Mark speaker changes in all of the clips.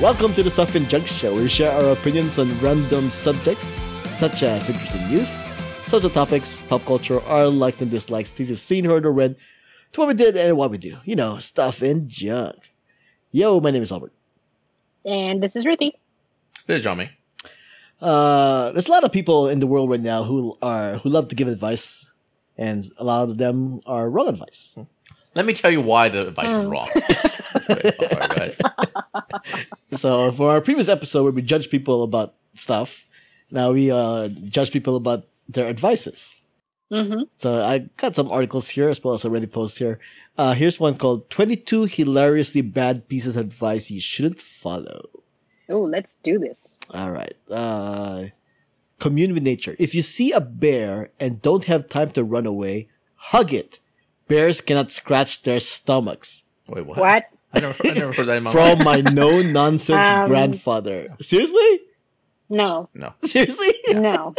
Speaker 1: Welcome to the Stuff and Junk Show. We share our opinions on random subjects, such as interesting news, social topics, pop culture, our likes and dislikes, things we've seen, heard, or read, to what we did and what we do. You know, stuff and junk. Yo, my name is Albert.
Speaker 2: And this is Ruthie.
Speaker 3: This is Jami.
Speaker 1: Uh, there's a lot of people in the world right now who are who love to give advice, and a lot of them are wrong advice.
Speaker 3: Let me tell you why the advice is
Speaker 2: Hmm.
Speaker 3: wrong. Right, all right.
Speaker 1: So for our previous episode where we judge people about stuff, now we uh, judge people about their advices.
Speaker 2: Mm-hmm.
Speaker 1: So I got some articles here as well as a Reddit post here. Uh, here's one called 22 hilariously bad pieces of advice you shouldn't follow.
Speaker 2: Oh, let's do this.
Speaker 1: All right. Uh, commune with nature. If you see a bear and don't have time to run away, hug it. Bears cannot scratch their stomachs.
Speaker 3: Wait, what?
Speaker 2: What?
Speaker 3: I never, I never heard that in my life.
Speaker 1: From my no nonsense
Speaker 2: Um,
Speaker 1: grandfather. Seriously?
Speaker 2: No,
Speaker 3: No,
Speaker 1: Seriously?
Speaker 2: no,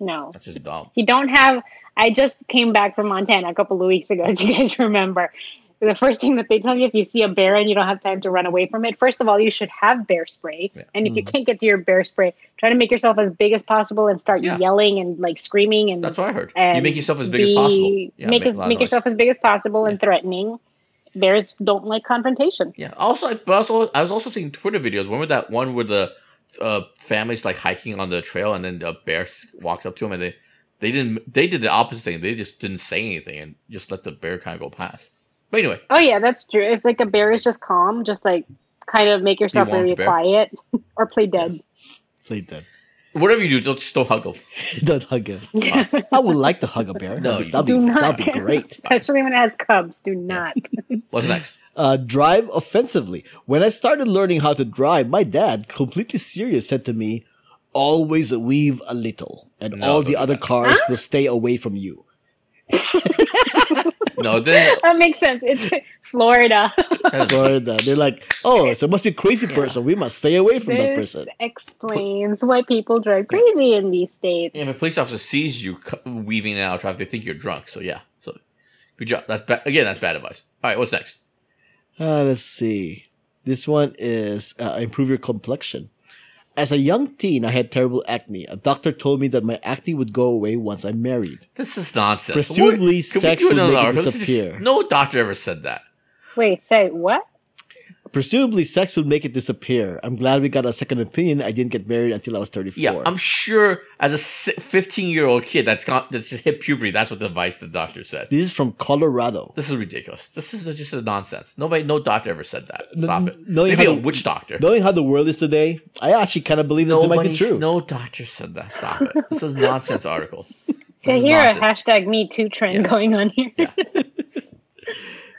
Speaker 2: no.
Speaker 3: that's just dumb.
Speaker 2: You don't have. I just came back from Montana a couple of weeks ago. Do you guys remember? The first thing that they tell you if you see a bear and you don't have time to run away from it, first of all, you should have bear spray.
Speaker 3: Yeah. Mm-hmm.
Speaker 2: And if you
Speaker 1: Mhm.
Speaker 2: can't get to your bear spray, try to make yourself as big as possible and start
Speaker 3: Yeah.
Speaker 2: yelling and like screaming and
Speaker 3: That's what I heard. You
Speaker 2: and
Speaker 3: make yourself as big
Speaker 2: be-
Speaker 3: as possible. Yeah,
Speaker 2: make
Speaker 3: a
Speaker 2: as,
Speaker 3: lot of
Speaker 2: make
Speaker 3: noise.
Speaker 2: yourself as big as possible and threatening. Bears don't like confrontation.
Speaker 3: Yeah. Also, I, but also, I was also seeing Twitter videos. Remember that one where the uh, family's like hiking on the trail, and then the bear s- walks up to them, and they they didn't they did the opposite thing. They just didn't say anything and just let the bear kind of go past. But anyway,
Speaker 2: Oh yeah, that's true. If like a bear is just calm, just like kind of make yourself
Speaker 3: warm
Speaker 2: really
Speaker 3: to bear.
Speaker 2: quiet or play dead.
Speaker 1: Played that.
Speaker 3: whatever you do, don't just don't hug them.
Speaker 1: Don't hug a. I would like to hug a bear.
Speaker 3: No,
Speaker 1: that'd, be,
Speaker 3: you
Speaker 1: that'd,
Speaker 2: Do
Speaker 1: be,
Speaker 2: not,
Speaker 1: that'd be great.
Speaker 2: especially when it has cubs. Do not.
Speaker 3: What's next?
Speaker 1: uh, drive offensively. When I started learning how to drive, my dad, completely serious, said to me, "Always weave a little, and
Speaker 3: No,
Speaker 1: all
Speaker 3: don't
Speaker 1: the
Speaker 3: do
Speaker 1: other
Speaker 3: that.
Speaker 1: cars will stay away from you."
Speaker 3: No, then
Speaker 2: that makes sense. It's Florida.
Speaker 3: that's
Speaker 1: So uh, they're like, "Oh, so it must be a crazy person. We must stay away from that
Speaker 2: This
Speaker 1: person."
Speaker 2: explains why people drive crazy in these states.
Speaker 3: if a police officer sees you cu- weaving in and out of traffic, they think you're drunk. So yeah, so good job. That's ba- again, that's bad advice. All right, what's next?
Speaker 1: Uh, let's see. This one is uh, improve your complexion. As a young teen, I had terrible acne. A doctor told me that my acne would go away once I married.
Speaker 3: This is nonsense.
Speaker 1: Presumably,
Speaker 3: Can we
Speaker 1: sex
Speaker 3: do
Speaker 1: would
Speaker 3: another
Speaker 1: make it
Speaker 3: article? This is-
Speaker 1: disappear.
Speaker 3: No doctor ever said that.
Speaker 2: Wait, say what?
Speaker 1: Presumably, sex would make it disappear. I'm glad we got a second opinion. I didn't get married until I was 34.
Speaker 3: Yeah, I'm sure as a 15 year old kid that's got that's just hit puberty. That's what the advice the doctor said.
Speaker 1: this is from Colorado.
Speaker 3: This is ridiculous. This is just a nonsense. Nobody, no doctor ever said that. Stop it.
Speaker 1: No,
Speaker 3: Maybe a
Speaker 1: how, the-
Speaker 3: witch doctor.
Speaker 1: knowing how the world is today, I actually kind of believe that it might be
Speaker 3: Nobody,
Speaker 1: true.
Speaker 3: no doctor said that. Stop it. This is nonsense article.
Speaker 2: I
Speaker 3: This is
Speaker 2: hear a
Speaker 3: nonsense.
Speaker 2: hashtag Me Too trend
Speaker 3: Yeah.
Speaker 2: going on here.
Speaker 3: Yeah.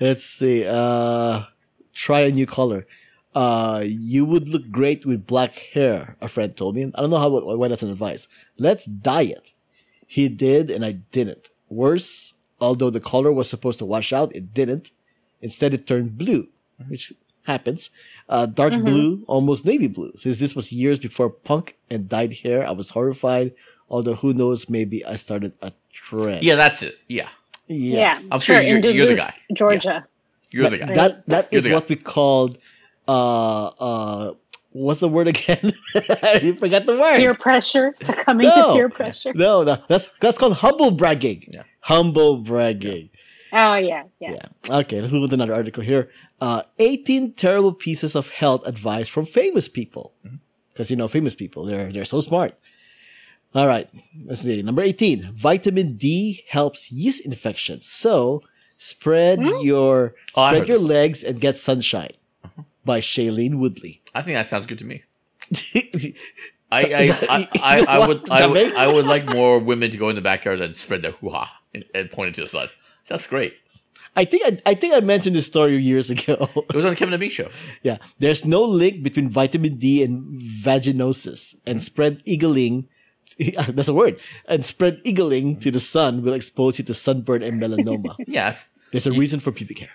Speaker 1: Let's see. Uh, try a new color. Uh, you would look great with black hair. A friend told me. I don't know how why that's an advice. Let's dye it. He did, and I didn't. Worse, although the color was supposed to wash out, it didn't. Instead, it turned blue, which happens. Uh, dark
Speaker 2: Mhm.
Speaker 1: blue, almost navy blue. Since this was years before punk and dyed hair, I was horrified. Although who knows, maybe I started a trend.
Speaker 3: yeah, that's it. Yeah,
Speaker 1: yeah.
Speaker 2: Yeah,
Speaker 3: I'm sure
Speaker 2: in
Speaker 3: you're- you're the
Speaker 2: Duluth,
Speaker 3: guy.
Speaker 2: Georgia.
Speaker 3: you're the
Speaker 1: That-
Speaker 3: guy.
Speaker 1: That that
Speaker 3: You're
Speaker 1: is
Speaker 3: the guy.
Speaker 1: what we called uh uh what's the word again? I forgot the word.
Speaker 2: Peer pressure, succumbing
Speaker 1: No.
Speaker 2: to peer pressure.
Speaker 1: no, no, that's that's called humble bragging.
Speaker 3: Yeah.
Speaker 1: Humble bragging.
Speaker 2: Oh yeah, yeah.
Speaker 1: Okay, let's move on to another article here. Uh, 18 terrible pieces of health advice from famous people.
Speaker 3: Mm-hmm.
Speaker 1: Because you know, famous people, they're they're so smart. All right, let's see. Number 18, vitamin D helps yeast infections. So spread
Speaker 2: Hmm?
Speaker 1: your
Speaker 3: Oh, I
Speaker 1: spread
Speaker 3: heard
Speaker 1: your
Speaker 3: this. Uh-huh.
Speaker 1: legs and get sunshine by Shailene Woodley.
Speaker 3: I think that sounds good to me.
Speaker 1: I
Speaker 3: I
Speaker 1: Is
Speaker 3: I,
Speaker 1: that-
Speaker 3: I, I, I would I would
Speaker 1: Jamaica?
Speaker 3: I would like more women to go in the backyard and spread their hoo ha and, and point it to the sun. That's great.
Speaker 1: think I, I think I mentioned this story years ago.
Speaker 3: It was on Kevin and Bean show.
Speaker 1: yeah, there's no link between vitamin D and vaginosis,
Speaker 3: Hmm.
Speaker 1: and spread eagling. That's a word. And spread eagling to the sun will expose you to sunburn and melanoma.
Speaker 3: Yeah, it's-
Speaker 1: There's a reason for pubic hair.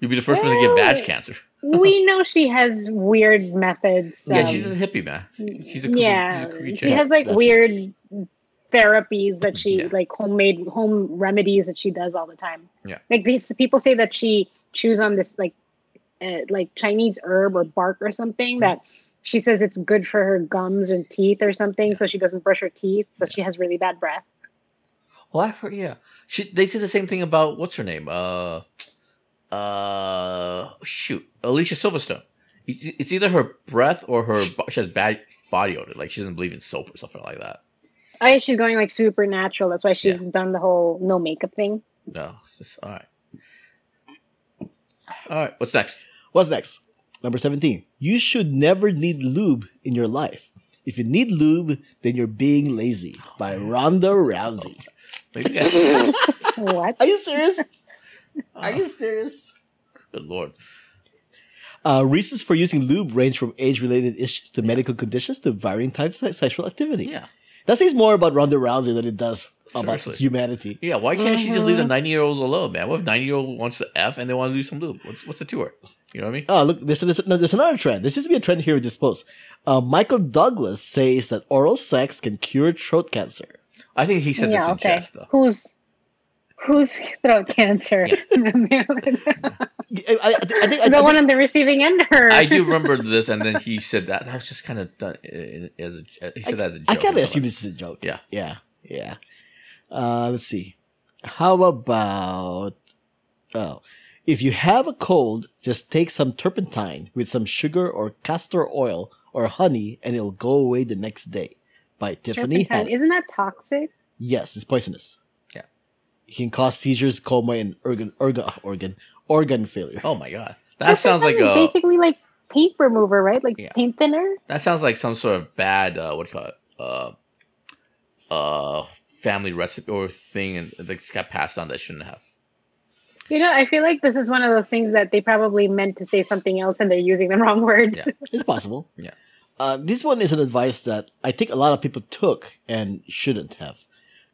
Speaker 3: you'd be the first one to get
Speaker 2: Hey.
Speaker 3: badge cancer.
Speaker 2: We know she has weird methods.
Speaker 3: yeah,
Speaker 2: um,
Speaker 3: she's a hippie man. She's a,
Speaker 2: yeah,
Speaker 3: yeah, she's a creature.
Speaker 2: she has like
Speaker 1: That's
Speaker 2: weird
Speaker 1: it.
Speaker 2: therapies that she
Speaker 3: Yeah.
Speaker 2: like homemade home remedies that she does all the time.
Speaker 3: Yeah.
Speaker 2: like these people say
Speaker 3: Mm-hmm.
Speaker 2: that she chews on this like uh, like Chinese herb or bark or something that she says it's good for her gums and teeth or something, so she doesn't brush her teeth, so she has really bad breath.
Speaker 3: Well, Oh, I for yeah. She, they say the same thing about what's her name? Uh, uh, shoot, Alicia Silverstone. It's, it's either her breath or her bo- she has bad body odor. Like she doesn't believe in soap or something like that.
Speaker 2: I guess she's going like supernatural. That's why she's done the whole no makeup thing.
Speaker 3: No, it's just, all right. All right, what's next?
Speaker 1: What's next? Number 17. You should never need lube in your life. If you need lube, then you're being lazy by Ronda Rousey.
Speaker 3: Maybe I,
Speaker 2: What?
Speaker 1: Are you serious?
Speaker 3: Are you
Speaker 1: serious?
Speaker 3: Ah, good lord.
Speaker 1: Uh, reasons for using lube range from age related issues to medical conditions to varying types of sexual activity.
Speaker 3: Yeah,
Speaker 1: That says more about Ronda Rousey than it does about
Speaker 3: Seriously.
Speaker 1: humanity.
Speaker 3: yeah. Why can't she just leave the
Speaker 2: Mhm.
Speaker 3: ninety year olds alone, man? What if ninety year old wants to f and they want to do some lube? What's what's the tour? You know what I mean?
Speaker 1: Oh, look, there's, there's, no, there's another trend. There seems to be a trend here with this post. Uh, Michael Douglas says that oral sex can cure throat cancer.
Speaker 3: I think he said this
Speaker 2: yeah,
Speaker 3: in
Speaker 2: okay.
Speaker 3: jest, though.
Speaker 2: Who's who's throat cancer? the
Speaker 1: I, I, I think, I, I
Speaker 2: one
Speaker 1: think
Speaker 2: on the receiving end. Her.
Speaker 3: I do remember this, and then he said that. That was just kind of done in, in- as a. He said that as a joke.
Speaker 1: I kind
Speaker 3: or
Speaker 1: of assume
Speaker 3: something.
Speaker 1: this is a joke.
Speaker 3: Yeah.
Speaker 1: Yeah. Yeah. Uh, let's see. How about. Oh. If you have a cold, just take some turpentine with some sugar or castor oil or honey and it'll go away the next day. By Tiffany
Speaker 2: Turpentine.
Speaker 1: Haddish.
Speaker 2: Isn't that toxic?
Speaker 1: Yes, it's poisonous.
Speaker 3: Yeah.
Speaker 1: It can cause seizures, coma, and organ, organ, organ, organ failure.
Speaker 3: Oh my god, that sounds like
Speaker 2: Turpentine
Speaker 3: a.
Speaker 2: is basically like paint remover, right? Like
Speaker 3: Yeah.
Speaker 2: paint thinner.
Speaker 3: That sounds like some sort of bad. Uh, what do you call it? Uh, uh, family recipe or thing, and that's got passed on that shouldn't have.
Speaker 2: You know, I feel like this is one of those things that they probably meant to say something else and they're using the wrong word.
Speaker 3: Yeah.
Speaker 1: It's possible.
Speaker 3: Yeah.
Speaker 1: Uh, this one is an advice that I think a lot of people took and shouldn't have.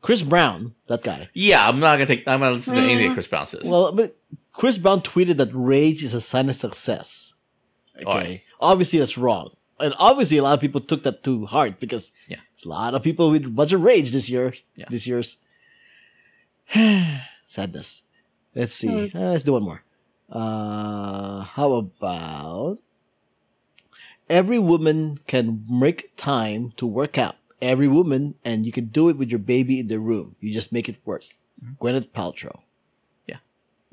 Speaker 1: Chris Brown, that guy.
Speaker 3: Yeah, I'm not gonna take. I'm not listening to any
Speaker 2: Mm.
Speaker 3: of Chris Brown says.
Speaker 1: Well, but Chris Brown tweeted that rage is a sign of success. Okay.
Speaker 3: Alright.
Speaker 1: Obviously, that's wrong. And obviously, a lot of people took that to heart because
Speaker 3: Yeah.
Speaker 1: there's a lot of people with a bunch of rage this year.
Speaker 3: Yeah.
Speaker 1: This year's sadness. Let's see. Uh, let's do one more. Uh, how about every woman can make time to work out? Every woman, and you can do it with your baby in the room. You just make it work.
Speaker 3: Mm-hmm.
Speaker 1: Gwyneth Paltrow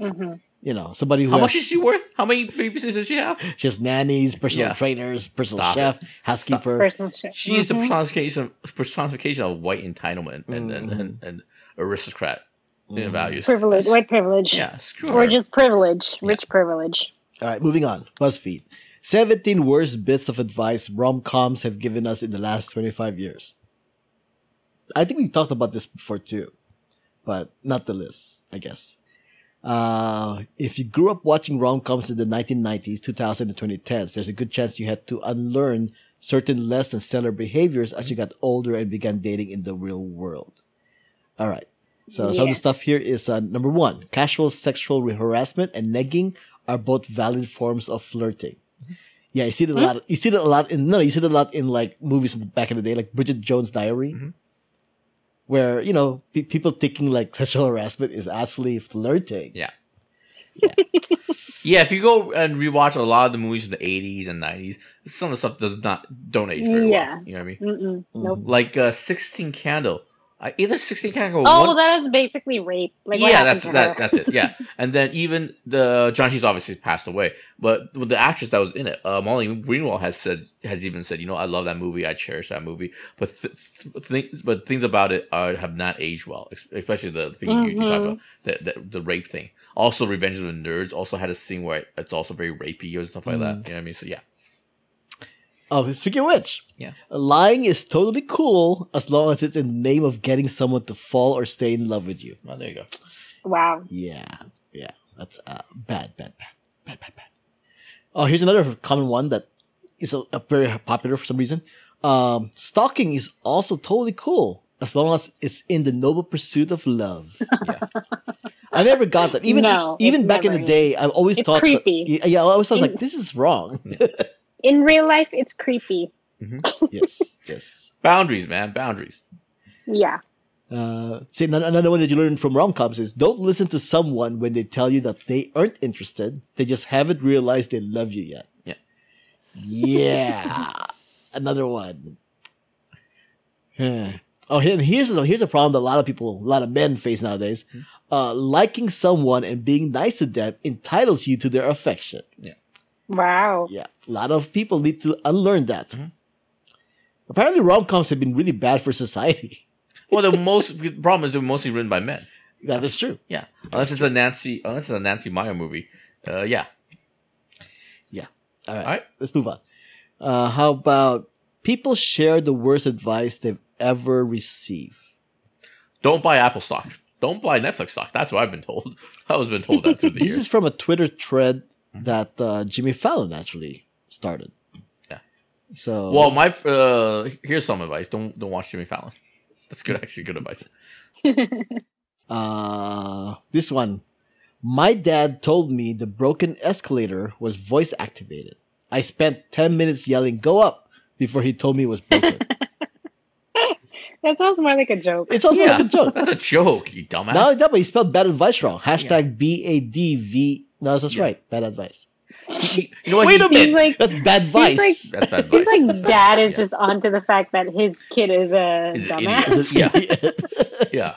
Speaker 2: hmm
Speaker 1: you know, somebody who
Speaker 3: How much
Speaker 1: has,
Speaker 3: is she worth? How many babysitters does she have?
Speaker 1: she has nannies, personal
Speaker 3: Yeah.
Speaker 1: trainers, personal
Speaker 3: Stop
Speaker 1: chef, housekeeper.
Speaker 2: Personal shit.
Speaker 3: She is the
Speaker 2: Mhm.
Speaker 3: personification personification of white entitlement and and,
Speaker 1: Mhm.
Speaker 3: and, and aristocrat
Speaker 1: Mhm.
Speaker 3: values.
Speaker 2: privilege,
Speaker 3: That's-
Speaker 2: white privilege,
Speaker 3: Yeah, screw
Speaker 2: or
Speaker 3: her.
Speaker 2: just privilege,
Speaker 3: Yeah.
Speaker 2: rich privilege.
Speaker 1: All right, moving on. BuzzFeed. 17 worst bits of advice rom coms have given us in the last 25 years. I think we talked about this before too, but not the list, I guess. Uh, if you grew up watching rom coms in the 1990s, 2000s, and 2010s, there's a good chance you had to unlearn certain less than stellar behaviors as you got older and began dating in the real world. All right. So some of
Speaker 2: Yeah.
Speaker 1: the stuff here is uh, number one, casual sexual harassment and negging are both valid forms of flirting. Yeah, you see that a
Speaker 2: Hmm?
Speaker 1: lot. You see that a lot in no, you see that a lot in like movies back in the day, like Bridget Jones' Diary,
Speaker 3: Mhm.
Speaker 1: where you know pe- people thinking like sexual harassment is actually flirting.
Speaker 3: Yeah. Yeah, if you go and rewatch a lot of the movies from the '80s and '90s, some of the stuff does not don't age very
Speaker 2: Yeah.
Speaker 3: well. You know what I mean?
Speaker 2: Mm-mm. Nope.
Speaker 3: Like uh, 16 Candle, I, either 16 Candle. or
Speaker 2: Oh,
Speaker 3: one-
Speaker 2: that is basically rape. Like, what
Speaker 3: yeah,
Speaker 2: happened
Speaker 3: that's
Speaker 2: to
Speaker 3: that,
Speaker 2: her?
Speaker 3: that's it. Yeah, and then even the John Hughes obviously passed away, but with the actress that was in it, uh, Molly Greenwald has said has even said, you know, I love that movie, I cherish that movie, but th- th- things but things about it are, have not aged well, ex- especially the thing you, you
Speaker 2: Mm-hmm.
Speaker 3: talked about, the, the the rape thing. Also, Revenge of the Nerds also had a scene where it's also very rapey and stuff like that.
Speaker 2: Mm.
Speaker 3: You know what I mean? So yeah,
Speaker 1: Oh, speaking of which,
Speaker 3: Yeah.
Speaker 1: lying is totally cool as long as it's in the name of getting someone to fall or stay in love with you.
Speaker 3: well, there you go.
Speaker 2: Wow.
Speaker 1: Yeah, yeah, that's uh, bad, bad, bad, bad, bad, bad. Oh, here's another common one that is a, a very popular for some reason. Um, stalking is also totally cool as long as it's in the noble pursuit of love.
Speaker 3: Yeah.
Speaker 1: I never got that. Even
Speaker 2: No,
Speaker 1: even
Speaker 2: it's
Speaker 1: back in
Speaker 2: never-
Speaker 1: the day, I've always
Speaker 2: It's
Speaker 1: thought that-
Speaker 2: creepy.
Speaker 1: yeah, I always thought like
Speaker 2: In-
Speaker 1: this is wrong.
Speaker 2: In real life, it's creepy.
Speaker 1: yes, yes.
Speaker 3: Boundaries, man, boundaries.
Speaker 2: Yeah.
Speaker 1: Uh, see, ano- another one that you learn from rom coms is don't listen to someone when they tell you that they aren't interested. They just haven't realized they love you yet.
Speaker 3: Yeah.
Speaker 1: Yeah. another one. Yeah. Oh, and here's the here's a problem that a lot of people, a lot of men face nowadays. Uh, liking someone and being nice to them entitles you to their affection.
Speaker 2: Wow.
Speaker 1: Yeah, a lot of people need to unlearn that.
Speaker 3: Mhm.
Speaker 1: Apparently, rom coms have been really bad for society.
Speaker 3: Well, the most the problem is they're mostly written by men.
Speaker 1: that is true.
Speaker 3: Yeah, unless it's a Nancy, unless it's a Nancy Meyer movie. Uh, yeah,
Speaker 1: All right,
Speaker 3: All right.
Speaker 1: let's move on. Uh, how about people share the worst advice they've ever received?
Speaker 3: Don't buy Apple stock. Don't buy Netflix stock. That's what I've been told. I was been told that through the
Speaker 1: This
Speaker 3: years.
Speaker 1: is from a Twitter thread
Speaker 3: Mm-hmm.
Speaker 1: that uh, Jimmy Fallon actually started.
Speaker 3: Yeah.
Speaker 1: So
Speaker 3: Well, my uh, here's some advice. Don't don't watch Jimmy Fallon. That's good, actually, good advice.
Speaker 1: Uh, this one. My dad told me the broken escalator was voice activated. I spent 10 minutes yelling, go up, before he told me it was broken.
Speaker 2: That sounds more like a joke.
Speaker 1: it sounds more like a
Speaker 3: Yeah.
Speaker 1: joke.
Speaker 3: That's a joke, you dumbass.
Speaker 1: Not only that, but he spelled bad advice wrong. Hashtag B A D V. No, that's
Speaker 3: Yeah.
Speaker 1: right. Bad advice.
Speaker 3: you know what?
Speaker 1: Wait
Speaker 3: He-
Speaker 1: a minute.
Speaker 2: like-
Speaker 1: that's bad advice.
Speaker 2: like-
Speaker 3: That's bad advice.
Speaker 2: Seems like dad is
Speaker 3: Yeah.
Speaker 2: just onto the fact that his kid is a
Speaker 3: Is an idiot.
Speaker 2: dumbass.
Speaker 1: Is it-
Speaker 3: Yeah.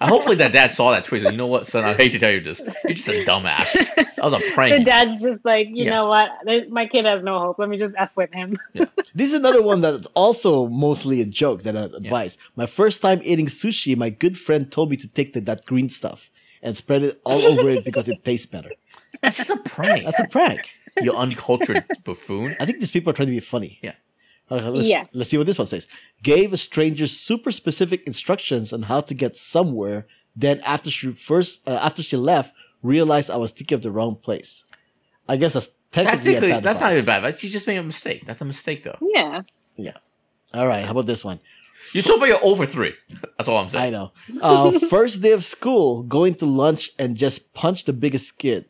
Speaker 3: I hopefully that dad saw that tweet. And you know what, son? I hate to tell you this. You're just a dumbass. That was a
Speaker 2: The
Speaker 3: prank.
Speaker 2: dad's just like, you
Speaker 3: Yeah.
Speaker 2: know what? Th- My kid has no hope. Let me just f with him.
Speaker 1: This is another one that's also mostly a joke than an advice. My first time eating sushi, my good friend told me to take the, that green stuff and spread it all over it because it tastes better.
Speaker 3: That's just a prank.
Speaker 1: That's a prank.
Speaker 3: you uncultured buffoon.
Speaker 1: I think these people are trying to be funny.
Speaker 3: Yeah.
Speaker 1: Okay, let's,
Speaker 2: Yeah.
Speaker 1: let's see what this one says. Gave a stranger super specific instructions on how to get somewhere. Then after she first, uh, after she left, realized I was thinking of the wrong place. I guess that's
Speaker 3: That's,
Speaker 1: technically a
Speaker 3: technically-
Speaker 1: bad
Speaker 3: that's not
Speaker 1: advice.
Speaker 3: even bad advice. You just made a mistake. That's a mistake, though.
Speaker 2: Yeah.
Speaker 1: All right, how about this one?
Speaker 3: You so far you're over three. That's all I'm
Speaker 1: I
Speaker 3: saying.
Speaker 1: know. Uh, first day of school, going to lunch and just punch the biggest kid.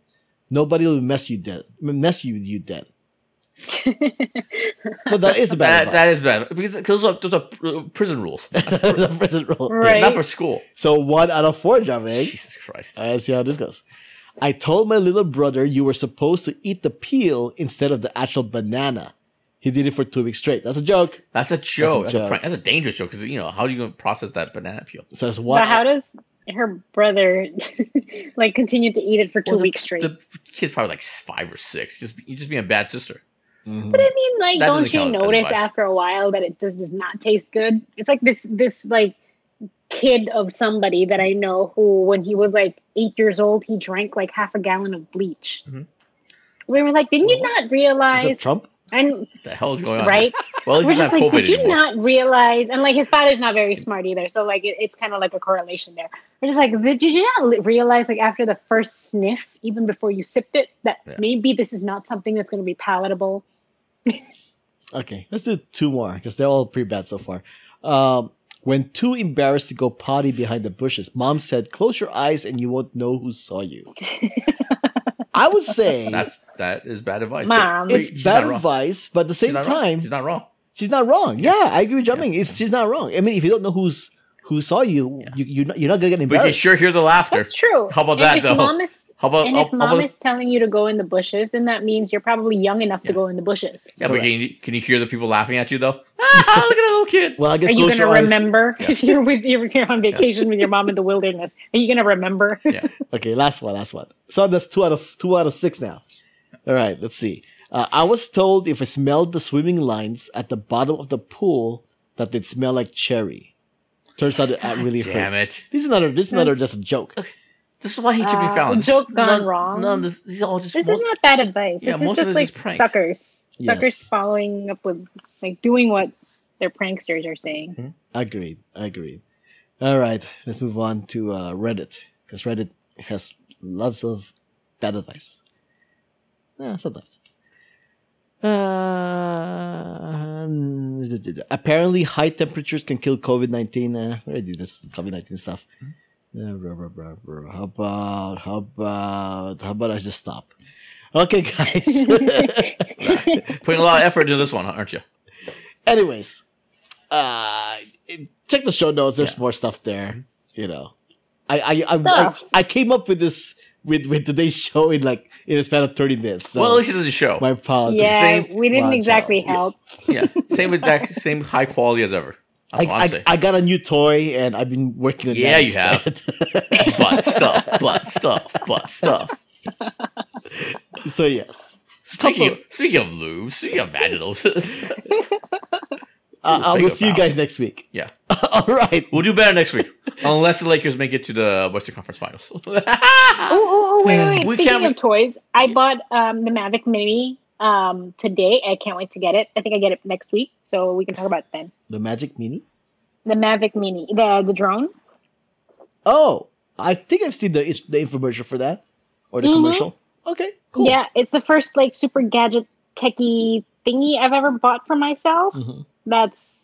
Speaker 1: Nobody will mess you dead. Mess you you dead. but that is a bad
Speaker 3: That,
Speaker 1: advice.
Speaker 3: that is bad because those are, those are uh, prison rules,
Speaker 1: the prison rule.
Speaker 2: Right.
Speaker 3: not for school.
Speaker 1: So one out of four, Javig.
Speaker 3: Jesus Christ!
Speaker 1: All right, let's see how this goes. I told my little brother you were supposed to eat the peel instead of the actual banana. He did it for two weeks straight. That's a joke.
Speaker 3: That's a joke. That's a,
Speaker 1: joke.
Speaker 3: prank. That's a dangerous joke because you know how are you going to process that banana peel?
Speaker 1: So it's one.
Speaker 2: But how does her brother like continue to eat it for two
Speaker 3: Well, the-
Speaker 2: weeks straight?
Speaker 3: The kid's probably like five or six. Just you just being a bad sister.
Speaker 1: Mhm.
Speaker 3: Mm-hmm.
Speaker 2: But I mean, like,
Speaker 3: That
Speaker 2: don't
Speaker 3: doesn't
Speaker 2: you
Speaker 3: count as
Speaker 2: notice
Speaker 3: advice.
Speaker 2: after a while that it just does not taste good? It's like this, this like kid of somebody that I know who, when he was like eight years old, he drank like half a gallon of bleach.
Speaker 3: Mhm.
Speaker 2: We were like, didn't you not
Speaker 1: Is that
Speaker 2: realize?
Speaker 1: Trump?
Speaker 2: And
Speaker 3: What the hell is going on?
Speaker 2: right,
Speaker 3: Well, at
Speaker 2: we're
Speaker 3: least
Speaker 2: just
Speaker 3: he's not
Speaker 2: like,
Speaker 3: COVID
Speaker 2: did you
Speaker 3: anymore.
Speaker 2: not realize? And like, his father's not very smart either, so like, it, it's kind of like a correlation there. We're just like, did you not li- realize, like, after the first sniff, even before you sipped it, that
Speaker 3: Yeah.
Speaker 2: maybe this is not something that's going to be palatable?
Speaker 1: Okay, let's do two more because they're all pretty bad so far. Um, when too embarrassed to go potty behind the bushes, mom said, "Close your eyes and you won't know who saw you." I would say
Speaker 3: That's that is bad advice.
Speaker 2: Mom.
Speaker 3: But
Speaker 1: it's
Speaker 3: she's
Speaker 1: bad
Speaker 3: not wrong.
Speaker 1: advice, but at the
Speaker 3: She's
Speaker 1: same
Speaker 3: not wrong.
Speaker 1: time,
Speaker 3: she's not wrong.
Speaker 1: she's not wrong. Yeah, I agree with Jumping. It's she's not wrong. I mean, if you don't know who's who saw you,
Speaker 3: Yeah.
Speaker 1: you you're not, you're not gonna get
Speaker 3: But you
Speaker 1: embarrassed.
Speaker 3: sure hear the laughter.
Speaker 2: That's true.
Speaker 3: How about
Speaker 2: And
Speaker 3: that,
Speaker 2: if
Speaker 3: though?
Speaker 2: Mom is
Speaker 3: How about,
Speaker 2: And
Speaker 3: how,
Speaker 2: if
Speaker 3: how
Speaker 2: mom
Speaker 3: about-
Speaker 2: is telling you to go in the bushes, then that means you're probably young enough to
Speaker 3: Yeah.
Speaker 2: go in the bushes.
Speaker 3: yeah, but can you, can you hear the people laughing at you though? Ah, look at that little kid.
Speaker 1: Well, I guess
Speaker 2: Are you
Speaker 1: close
Speaker 2: going to
Speaker 1: your eyes-
Speaker 2: remember
Speaker 3: Yeah.
Speaker 2: if you're with you're you're on vacation with your mom in the wilderness? Are you going to remember?
Speaker 3: Yeah.
Speaker 1: Okay, last one, last one. So that's two out of two out of six now. All right, let's see. Uh, I was told if I smelled the swimming lines at the bottom of the pool that they'd smell like cherry. Turns out it really
Speaker 3: damn
Speaker 1: hurts.
Speaker 3: it.
Speaker 1: This is another. This is another just a joke.
Speaker 3: This is why he should be
Speaker 2: Uh,
Speaker 3: found.
Speaker 2: joke gone
Speaker 3: none,
Speaker 2: wrong.
Speaker 3: None of this, these are all just.
Speaker 2: This
Speaker 3: mul-
Speaker 2: is not bad advice.
Speaker 3: Yeah,
Speaker 2: this
Speaker 3: most
Speaker 2: is just
Speaker 3: of this
Speaker 2: like
Speaker 3: is pranks.
Speaker 2: suckers.
Speaker 1: Yes.
Speaker 2: Suckers following up with like doing what their pranksters are saying.
Speaker 1: Agreed. Agreed. All right, let's move on to uh, Reddit because Reddit has loves of bad advice. Yeah, sometimes. Uh, apparently, high temperatures can kill COVID nineteen. Uh, already this COVID nineteen stuff. Uh, blah, blah, blah, blah. How about how about how about I just stop? Okay, guys.
Speaker 3: putting a lot of effort into this one, aren't you?
Speaker 1: Anyways, uh, check the show notes. There's
Speaker 3: Yeah.
Speaker 1: more stuff there. You know, I I I, I,
Speaker 2: Stuff.
Speaker 1: I came up with this with with today's show in like in a span of thirty minutes. So
Speaker 3: well, at least it doesn't show.
Speaker 1: my apologies.
Speaker 2: yeah,
Speaker 3: same-
Speaker 2: we didn't
Speaker 1: Wow,
Speaker 2: exactly
Speaker 1: Charles.
Speaker 2: help.
Speaker 3: yeah, same with that. Same high quality as ever.
Speaker 1: I,
Speaker 3: That's what I'm
Speaker 1: I,
Speaker 3: saying.
Speaker 1: I got a new toy and I've been working on
Speaker 3: Yeah,
Speaker 1: that.
Speaker 3: you have.
Speaker 1: instead.
Speaker 3: butt stuff, butt stuff, butt stuff.
Speaker 1: so yes,
Speaker 3: Speaking of, speaking of lube, speaking of vaginals,
Speaker 1: I, I
Speaker 3: think
Speaker 1: will Uh, see you
Speaker 3: about
Speaker 1: guys next week.
Speaker 3: Yeah.
Speaker 1: All right.
Speaker 3: we'll do better next week, unless the Lakers make it to the Western Conference Finals.
Speaker 2: Oh, oh, oh wait, wait, wait.
Speaker 3: We
Speaker 2: Speaking
Speaker 3: can't-
Speaker 2: of toys, I bought um, the Mavic Mini um, today. I can't wait to get it. I think I get it next week, so we can talk about it then.
Speaker 1: The Magic Mini.
Speaker 2: The Mavic Mini, the the drone.
Speaker 1: Oh, I think I've seen the the infomercial for that or the
Speaker 2: Mhm.
Speaker 1: commercial. Okay, cool.
Speaker 2: Yeah, it's the first like super gadget techie thingy I've ever bought for myself.
Speaker 1: Mhm.
Speaker 2: That's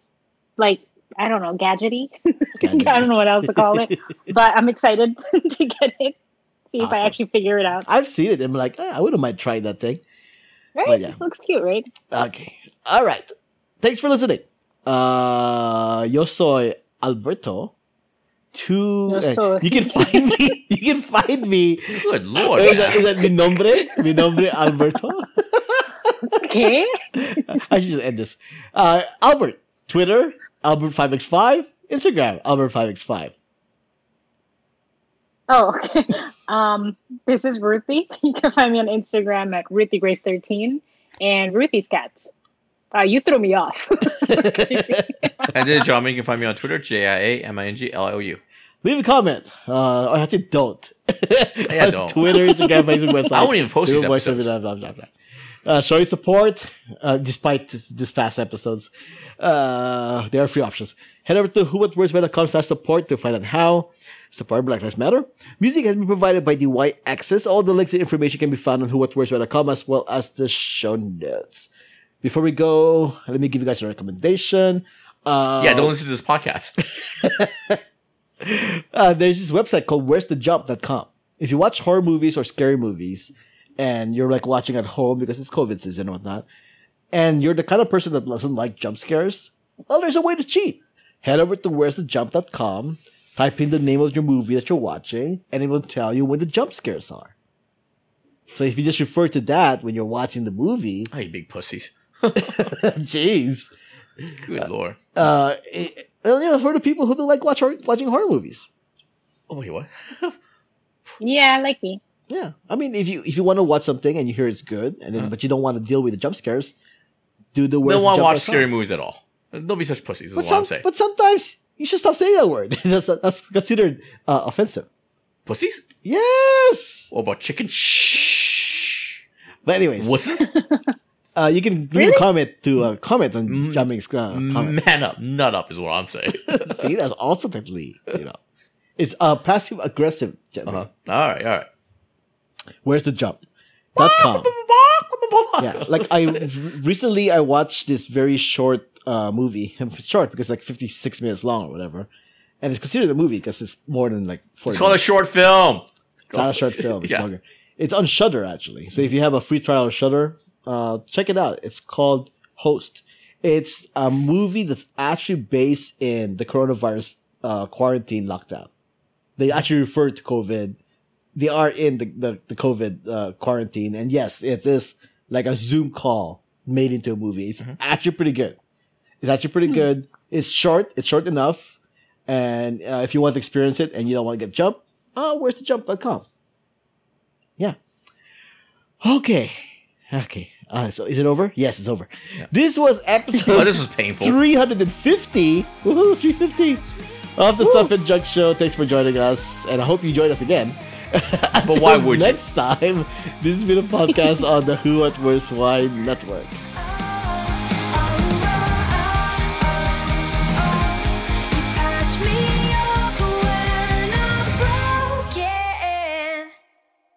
Speaker 2: like I don't know, gadgety.
Speaker 1: Gadget.
Speaker 2: I don't know what else to call it, but I'm excited to get it. See if I
Speaker 1: Awesome.
Speaker 2: actually figure it out.
Speaker 1: I've seen it. I'm like, eh, I wouldn't mind trying that thing.
Speaker 2: Right?
Speaker 1: yeah.
Speaker 2: Looks cute, right?
Speaker 1: Okay. All right. Thanks for listening. Uh, yo soy Alberto. Two.
Speaker 2: Yo
Speaker 1: eh,
Speaker 2: soy-
Speaker 1: you can find me. You can find me.
Speaker 3: Good lord!
Speaker 1: Is that,
Speaker 3: man.
Speaker 1: is that mi nombre? Mi nombre Alberto.
Speaker 2: Okay.
Speaker 1: I should just end this. Uh, Albert, Twitter, Albert5x5, Instagram, Albert5x5.
Speaker 2: Oh, okay. Um, this is Ruthie. You can find me on Instagram at RuthieGrace13 and Ruthie's Cats. Uh, you threw me off.
Speaker 3: and then John, you can find me on Twitter, J I A M I N G L I O U.
Speaker 1: Leave a comment. Uh, or actually, don't.
Speaker 3: Yeah,
Speaker 1: On
Speaker 3: don't.
Speaker 1: Twitter, Instagram, Facebook, website.
Speaker 3: I won't even post
Speaker 1: Little
Speaker 3: these
Speaker 1: voice
Speaker 3: episodes.
Speaker 1: of- blah, blah, blah, blah. Uh, show your support, uh, despite this past episodes. Uh, there are free options. Head over to whowhatwordsby.com slash support to find out how. Support Black Lives Matter. Music has been provided by the Y Axis. All the links and information can be found on whowhatwordsby.com as well as the show notes. Before we go, let me give you guys a recommendation. Uh,
Speaker 3: Yeah, don't listen to this podcast.
Speaker 1: uh, there's this website called where's the jump.com. If you watch horror movies or scary movies and you're like watching at home because it's COVID season and whatnot, and you're the kind of person that doesn't like jump scares, well, there's a way to cheat. Head over to where's the jump.com, type in the name of your movie that you're watching, and it will tell you when the jump scares are. So if you just refer to that when you're watching the movie,
Speaker 3: Oh, you big pussies.
Speaker 1: jeez.
Speaker 3: Good lord.
Speaker 1: Uh, it- well, you know, for the people who don't like watch horror, watching horror movies.
Speaker 3: Oh wait, what?
Speaker 2: yeah, like me.
Speaker 1: Yeah, I mean, if you if you want to watch something and you hear it's good, and then
Speaker 3: Huh.
Speaker 1: but you don't want to deal with the jump scares, do the word.
Speaker 3: Don't want to watch scary movies at all. Don't be such pussies. Is
Speaker 1: But,
Speaker 3: what
Speaker 1: some,
Speaker 3: I'm saying.
Speaker 1: but sometimes you should stop saying that word. that's that's considered uh, offensive.
Speaker 3: Pussies?
Speaker 1: Yes.
Speaker 3: What about chicken? Shh.
Speaker 1: But anyways,
Speaker 3: Wusses?
Speaker 1: uh, you can leave
Speaker 2: Really?
Speaker 1: a comment to uh, comment on
Speaker 3: Mm.
Speaker 1: jumping sc- uh, comment.
Speaker 3: Man up, nut up is what I'm saying.
Speaker 1: See, that's also technically you know, it's uh, passive aggressive. Jumping.
Speaker 3: Uh-huh. All right, all right.
Speaker 1: Where's the jump? Dot com. yeah like i recently i watched this very short uh movie short because like 56 minutes long or whatever and it's considered a movie because it's more than like 40
Speaker 3: It's called a
Speaker 1: minutes.
Speaker 3: short film.
Speaker 1: it's not a short film it's
Speaker 3: yeah.
Speaker 1: longer it's on shutter actually so if you have a free trial of shutter uh check it out it's called host it's a movie that's actually based in the coronavirus uh quarantine lockdown they actually refer to covid they are in the, the, the COVID uh, quarantine. And yes, it is like a Zoom call made into a movie. It's
Speaker 3: Mhm.
Speaker 1: actually pretty good. It's actually pretty good. It's short, it's short enough. And uh, if you want to experience it and you don't want to get jumped, uh, where's the jump.com? Yeah. Okay. Okay. Uh, so is it over? Yes, it's over.
Speaker 3: Yeah.
Speaker 1: This was
Speaker 3: Oh,
Speaker 1: episode
Speaker 3: this was painful.
Speaker 1: 350. Woohoo, 350 of the
Speaker 2: Woo.
Speaker 1: Stuff and Junk Show. Thanks for joining us, and I hope you join us again.
Speaker 3: But why
Speaker 1: Until
Speaker 3: would you?
Speaker 1: next time? This has been a podcast on the Who at Worst Why Network.